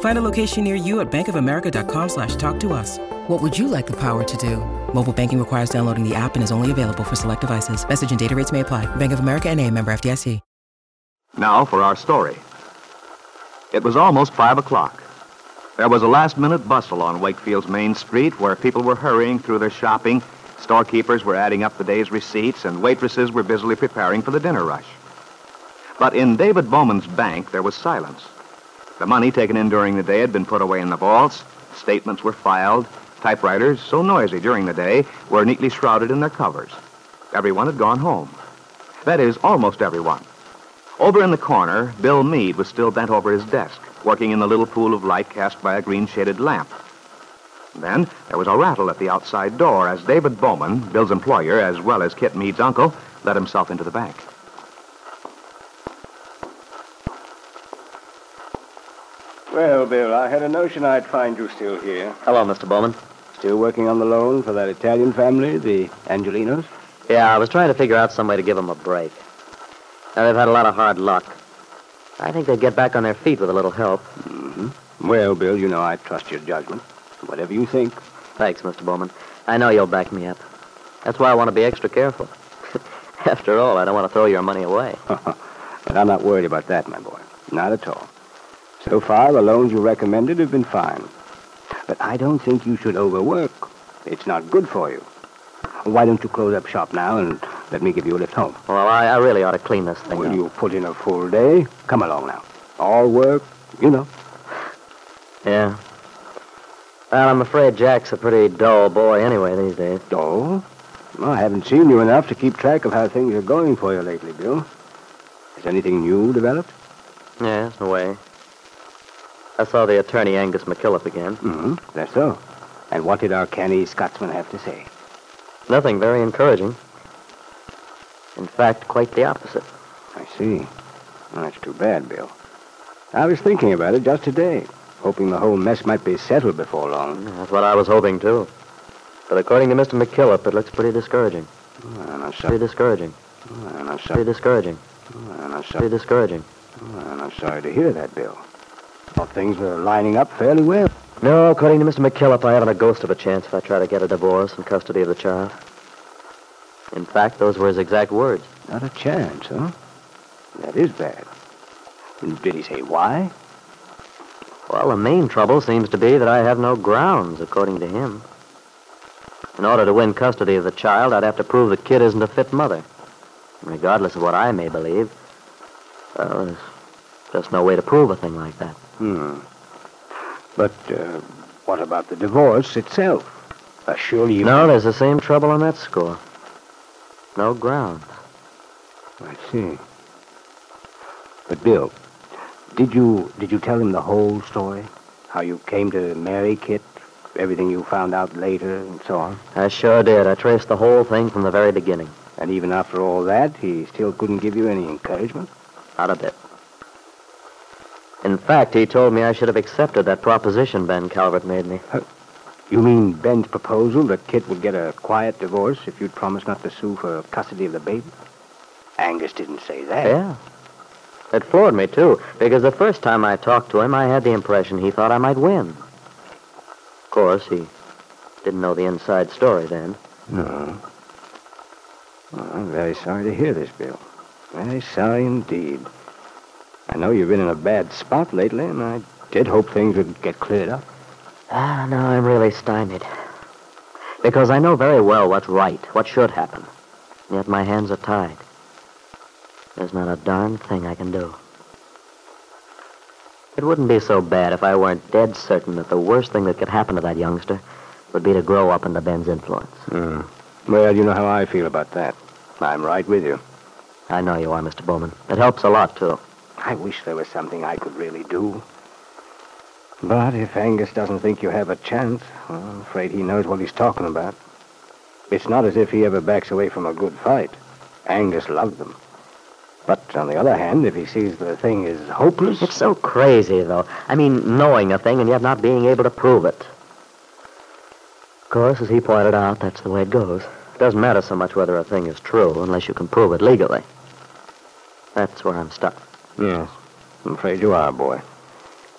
Find a location near you at bankofamerica.com slash talk to us. What would you like the power to do? Mobile banking requires downloading the app and is only available for select devices. Message and data rates may apply. Bank of America and a member FDIC. Now for our story. It was almost five o'clock. There was a last minute bustle on Wakefield's main street where people were hurrying through their shopping, storekeepers were adding up the day's receipts, and waitresses were busily preparing for the dinner rush. But in David Bowman's bank, there was silence. The money taken in during the day had been put away in the vaults, statements were filed, typewriters, so noisy during the day, were neatly shrouded in their covers. Everyone had gone home. That is, almost everyone. Over in the corner, Bill Meade was still bent over his desk, working in the little pool of light cast by a green shaded lamp. Then there was a rattle at the outside door as David Bowman, Bill's employer, as well as Kit Meade's uncle, let himself into the bank. Well, Bill, I had a notion I'd find you still here. Hello, Mr. Bowman. Still working on the loan for that Italian family, the Angelinos? Yeah, I was trying to figure out some way to give them a break. Now, they've had a lot of hard luck. I think they'd get back on their feet with a little help. Well, Bill, you know I trust your judgment. Whatever you think. Thanks, Mr. Bowman. I know you'll back me up. That's why I want to be extra careful. After all, I don't want to throw your money away. But I'm not worried about that, my boy. Not at all. So far, the loans you recommended have been fine. But I don't think you should overwork. It's not good for you. Why don't you close up shop now and let me give you a lift home? Well, I, I really ought to clean this thing Will up. you put in a full day? Come along now. All work, you know. Yeah. Well, I'm afraid Jack's a pretty dull boy anyway these days. Oh? Well, I haven't seen you enough to keep track of how things are going for you lately, Bill. Has anything new developed? Yes, in a way. I saw the attorney, Angus McKillop, again. Mm-hmm. That's so. And what did our canny Scotsman have to say? Nothing very encouraging. In fact, quite the opposite. I see. Well, that's too bad, Bill. I was thinking about it just today, hoping the whole mess might be settled before long. That's what I was hoping, too. But according to Mr. McKillop, it looks pretty discouraging. I don't know, Pretty sorry. discouraging. I don't know, sorry. Pretty discouraging. I don't know, sorry. Pretty discouraging. Well, I'm sorry to hear that, Bill. Well, things are lining up fairly well. No, according to Mr. McKillop, I haven't a ghost of a chance if I try to get a divorce and custody of the child. In fact, those were his exact words. Not a chance, huh? That is bad. Did he say why? Well, the main trouble seems to be that I have no grounds, according to him. In order to win custody of the child, I'd have to prove the kid isn't a fit mother. Regardless of what I may believe, well, there's just no way to prove a thing like that. Hmm. But uh, what about the divorce itself? Uh, surely you. No, there's the same trouble on that score. No ground. I see. But Bill, did you did you tell him the whole story? How you came to marry Kit, everything you found out later, and so on. I sure did. I traced the whole thing from the very beginning. And even after all that, he still couldn't give you any encouragement. Not a bit. In fact, he told me I should have accepted that proposition Ben Calvert made me. You mean Ben's proposal that Kit would get a quiet divorce if you'd promise not to sue for custody of the baby? Angus didn't say that. Yeah. It floored me, too, because the first time I talked to him, I had the impression he thought I might win. Of course, he didn't know the inside story then. No. Well, I'm very sorry to hear this, Bill. Very sorry indeed. I know you've been in a bad spot lately, and I did hope things would get cleared up. Ah, no, I'm really stymied. Because I know very well what's right, what should happen. Yet my hands are tied. There's not a darn thing I can do. It wouldn't be so bad if I weren't dead certain that the worst thing that could happen to that youngster would be to grow up under Ben's influence. Well, you know how I feel about that. I'm right with you. I know you are, Mr. Bowman. It helps a lot, too. I wish there was something I could really do. But if Angus doesn't think you have a chance, well, I'm afraid he knows what he's talking about. It's not as if he ever backs away from a good fight. Angus loved them. But on the other hand, if he sees the thing is hopeless. It's so crazy, though. I mean, knowing a thing and yet not being able to prove it. Of course, as he pointed out, that's the way it goes. It doesn't matter so much whether a thing is true unless you can prove it legally. That's where I'm stuck. Yes. I'm afraid you are, boy.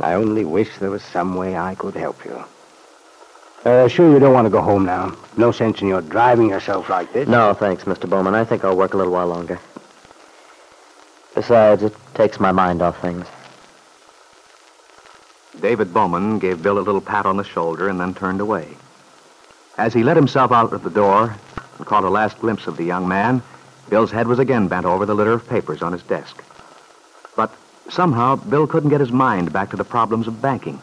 I only wish there was some way I could help you. Uh, sure, you don't want to go home now. No sense in your driving yourself like this. No, thanks, Mr. Bowman. I think I'll work a little while longer. Besides, it takes my mind off things. David Bowman gave Bill a little pat on the shoulder and then turned away. As he let himself out of the door and caught a last glimpse of the young man, Bill's head was again bent over the litter of papers on his desk. But somehow, Bill couldn't get his mind back to the problems of banking.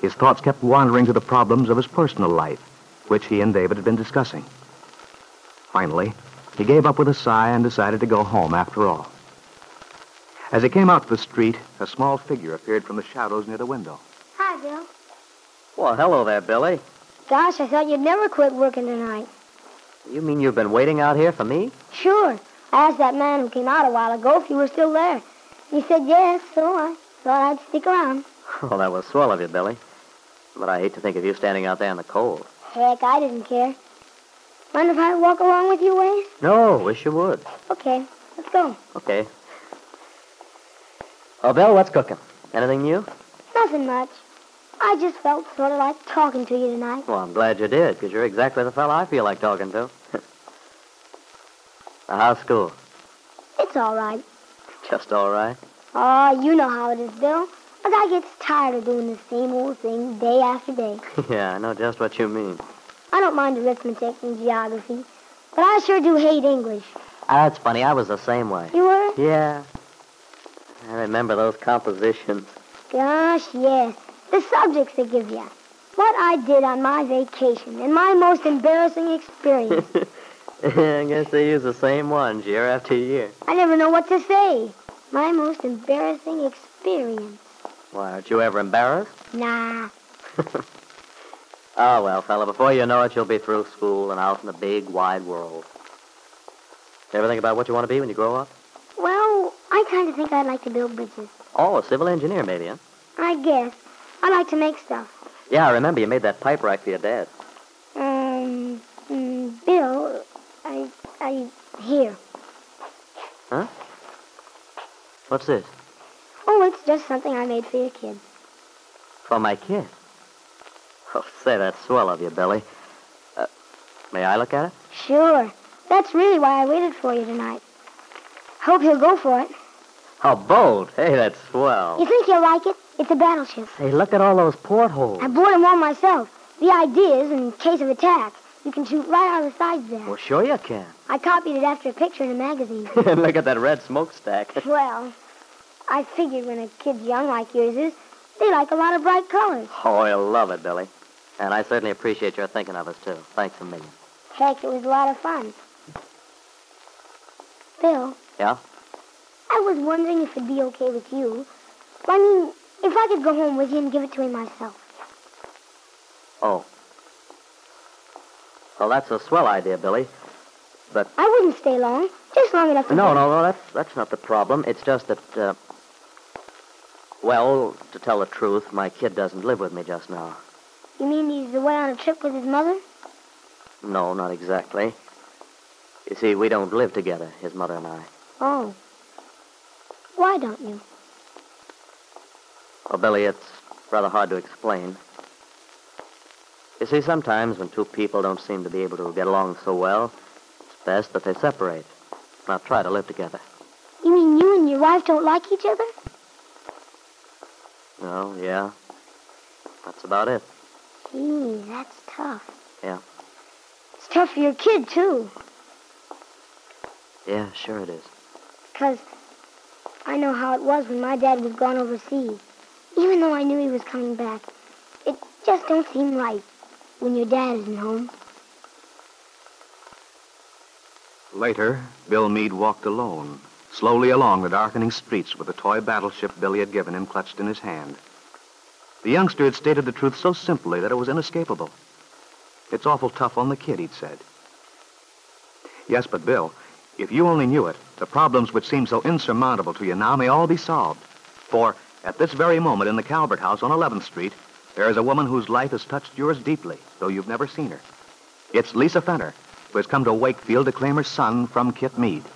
His thoughts kept wandering to the problems of his personal life, which he and David had been discussing. Finally, he gave up with a sigh and decided to go home after all. As he came out to the street, a small figure appeared from the shadows near the window. Hi, Bill. Well, hello there, Billy. Gosh, I thought you'd never quit working tonight. You mean you've been waiting out here for me? Sure. I asked that man who came out a while ago if you were still there. He said yes, so I thought I'd stick around. Well, that was swell of you, Billy. But I hate to think of you standing out there in the cold. Heck, I didn't care. Mind if I walk along with you, Wayne? No, wish you would. Okay, let's go. Okay. Oh, Bill, what's cooking? Anything new? Nothing much. I just felt sort of like talking to you tonight. Well, I'm glad you did, because you're exactly the fellow I feel like talking to. now, how's school? It's all right. Just all right. Oh, you know how it is, Bill. A guy gets tired of doing the same old thing day after day. yeah, I know just what you mean. I don't mind arithmetic and geography, but I sure do hate English. Ah, that's funny. I was the same way. You were? Yeah. I remember those compositions. Gosh, yes. The subjects they give you. What I did on my vacation and my most embarrassing experience. I guess they use the same ones year after year. I never know what to say. My most embarrassing experience. Why, aren't you ever embarrassed? Nah. Oh, well, fella, before you know it, you'll be through school and out in the big, wide world. You ever think about what you want to be when you grow up? Well, I kind of think I'd like to build bridges. Oh, a civil engineer, maybe, huh? I guess. I like to make stuff. Yeah, I remember you made that pipe rack for your dad. Um, mm, Bill, I, I, here. Huh? What's this? Oh, it's just something I made for your kids. For my kid. Oh, say, that's swell of you, Billy. Uh, may I look at it? Sure. That's really why I waited for you tonight. Hope he'll go for it. How bold. Hey, that's swell. You think he'll like it? It's a battleship. Hey, look at all those portholes. I bought him one myself. The idea is, in case of attack, you can shoot right out of the sides there. Well, sure you can. I copied it after a picture in a magazine. and look at that red smokestack. well, I figured when a kid's young like yours is, they like a lot of bright colors. oh, you'll love it, Billy. And I certainly appreciate your thinking of us, too. Thanks a million. Heck, it was a lot of fun. Bill, Yeah? I was wondering if it'd be okay with you. I mean, if I could go home with you and give it to him myself. Oh. Well, that's a swell idea, Billy. I wouldn't stay long, just long enough to. No, no, no, that's, that's not the problem. It's just that, uh, well, to tell the truth, my kid doesn't live with me just now. You mean he's away on a trip with his mother? No, not exactly. You see, we don't live together, his mother and I. Oh. Why don't you? Well, Billy, it's rather hard to explain. You see, sometimes when two people don't seem to be able to get along so well, it's best that they separate, not try to live together. You mean you and your wife don't like each other? Oh, yeah. That's about it. Gee, that's tough. Yeah. It's tough for your kid, too, Yeah, sure it is. 'cause I know how it was when my dad was gone overseas. Even though I knew he was coming back, it just don't seem right when your dad isn't home. Later, Bill Meade walked alone, slowly along the darkening streets with the toy battleship Billy had given him clutched in his hand. The youngster had stated the truth so simply that it was inescapable. It's awful tough on the kid, he'd said. Yes, but Bill, if you only knew it, the problems which seem so insurmountable to you now may all be solved. For at this very moment in the Calvert house on 11th Street, there is a woman whose life has touched yours deeply, though you've never seen her. It's Lisa Fenner, who has come to Wakefield to claim her son from Kit Meade.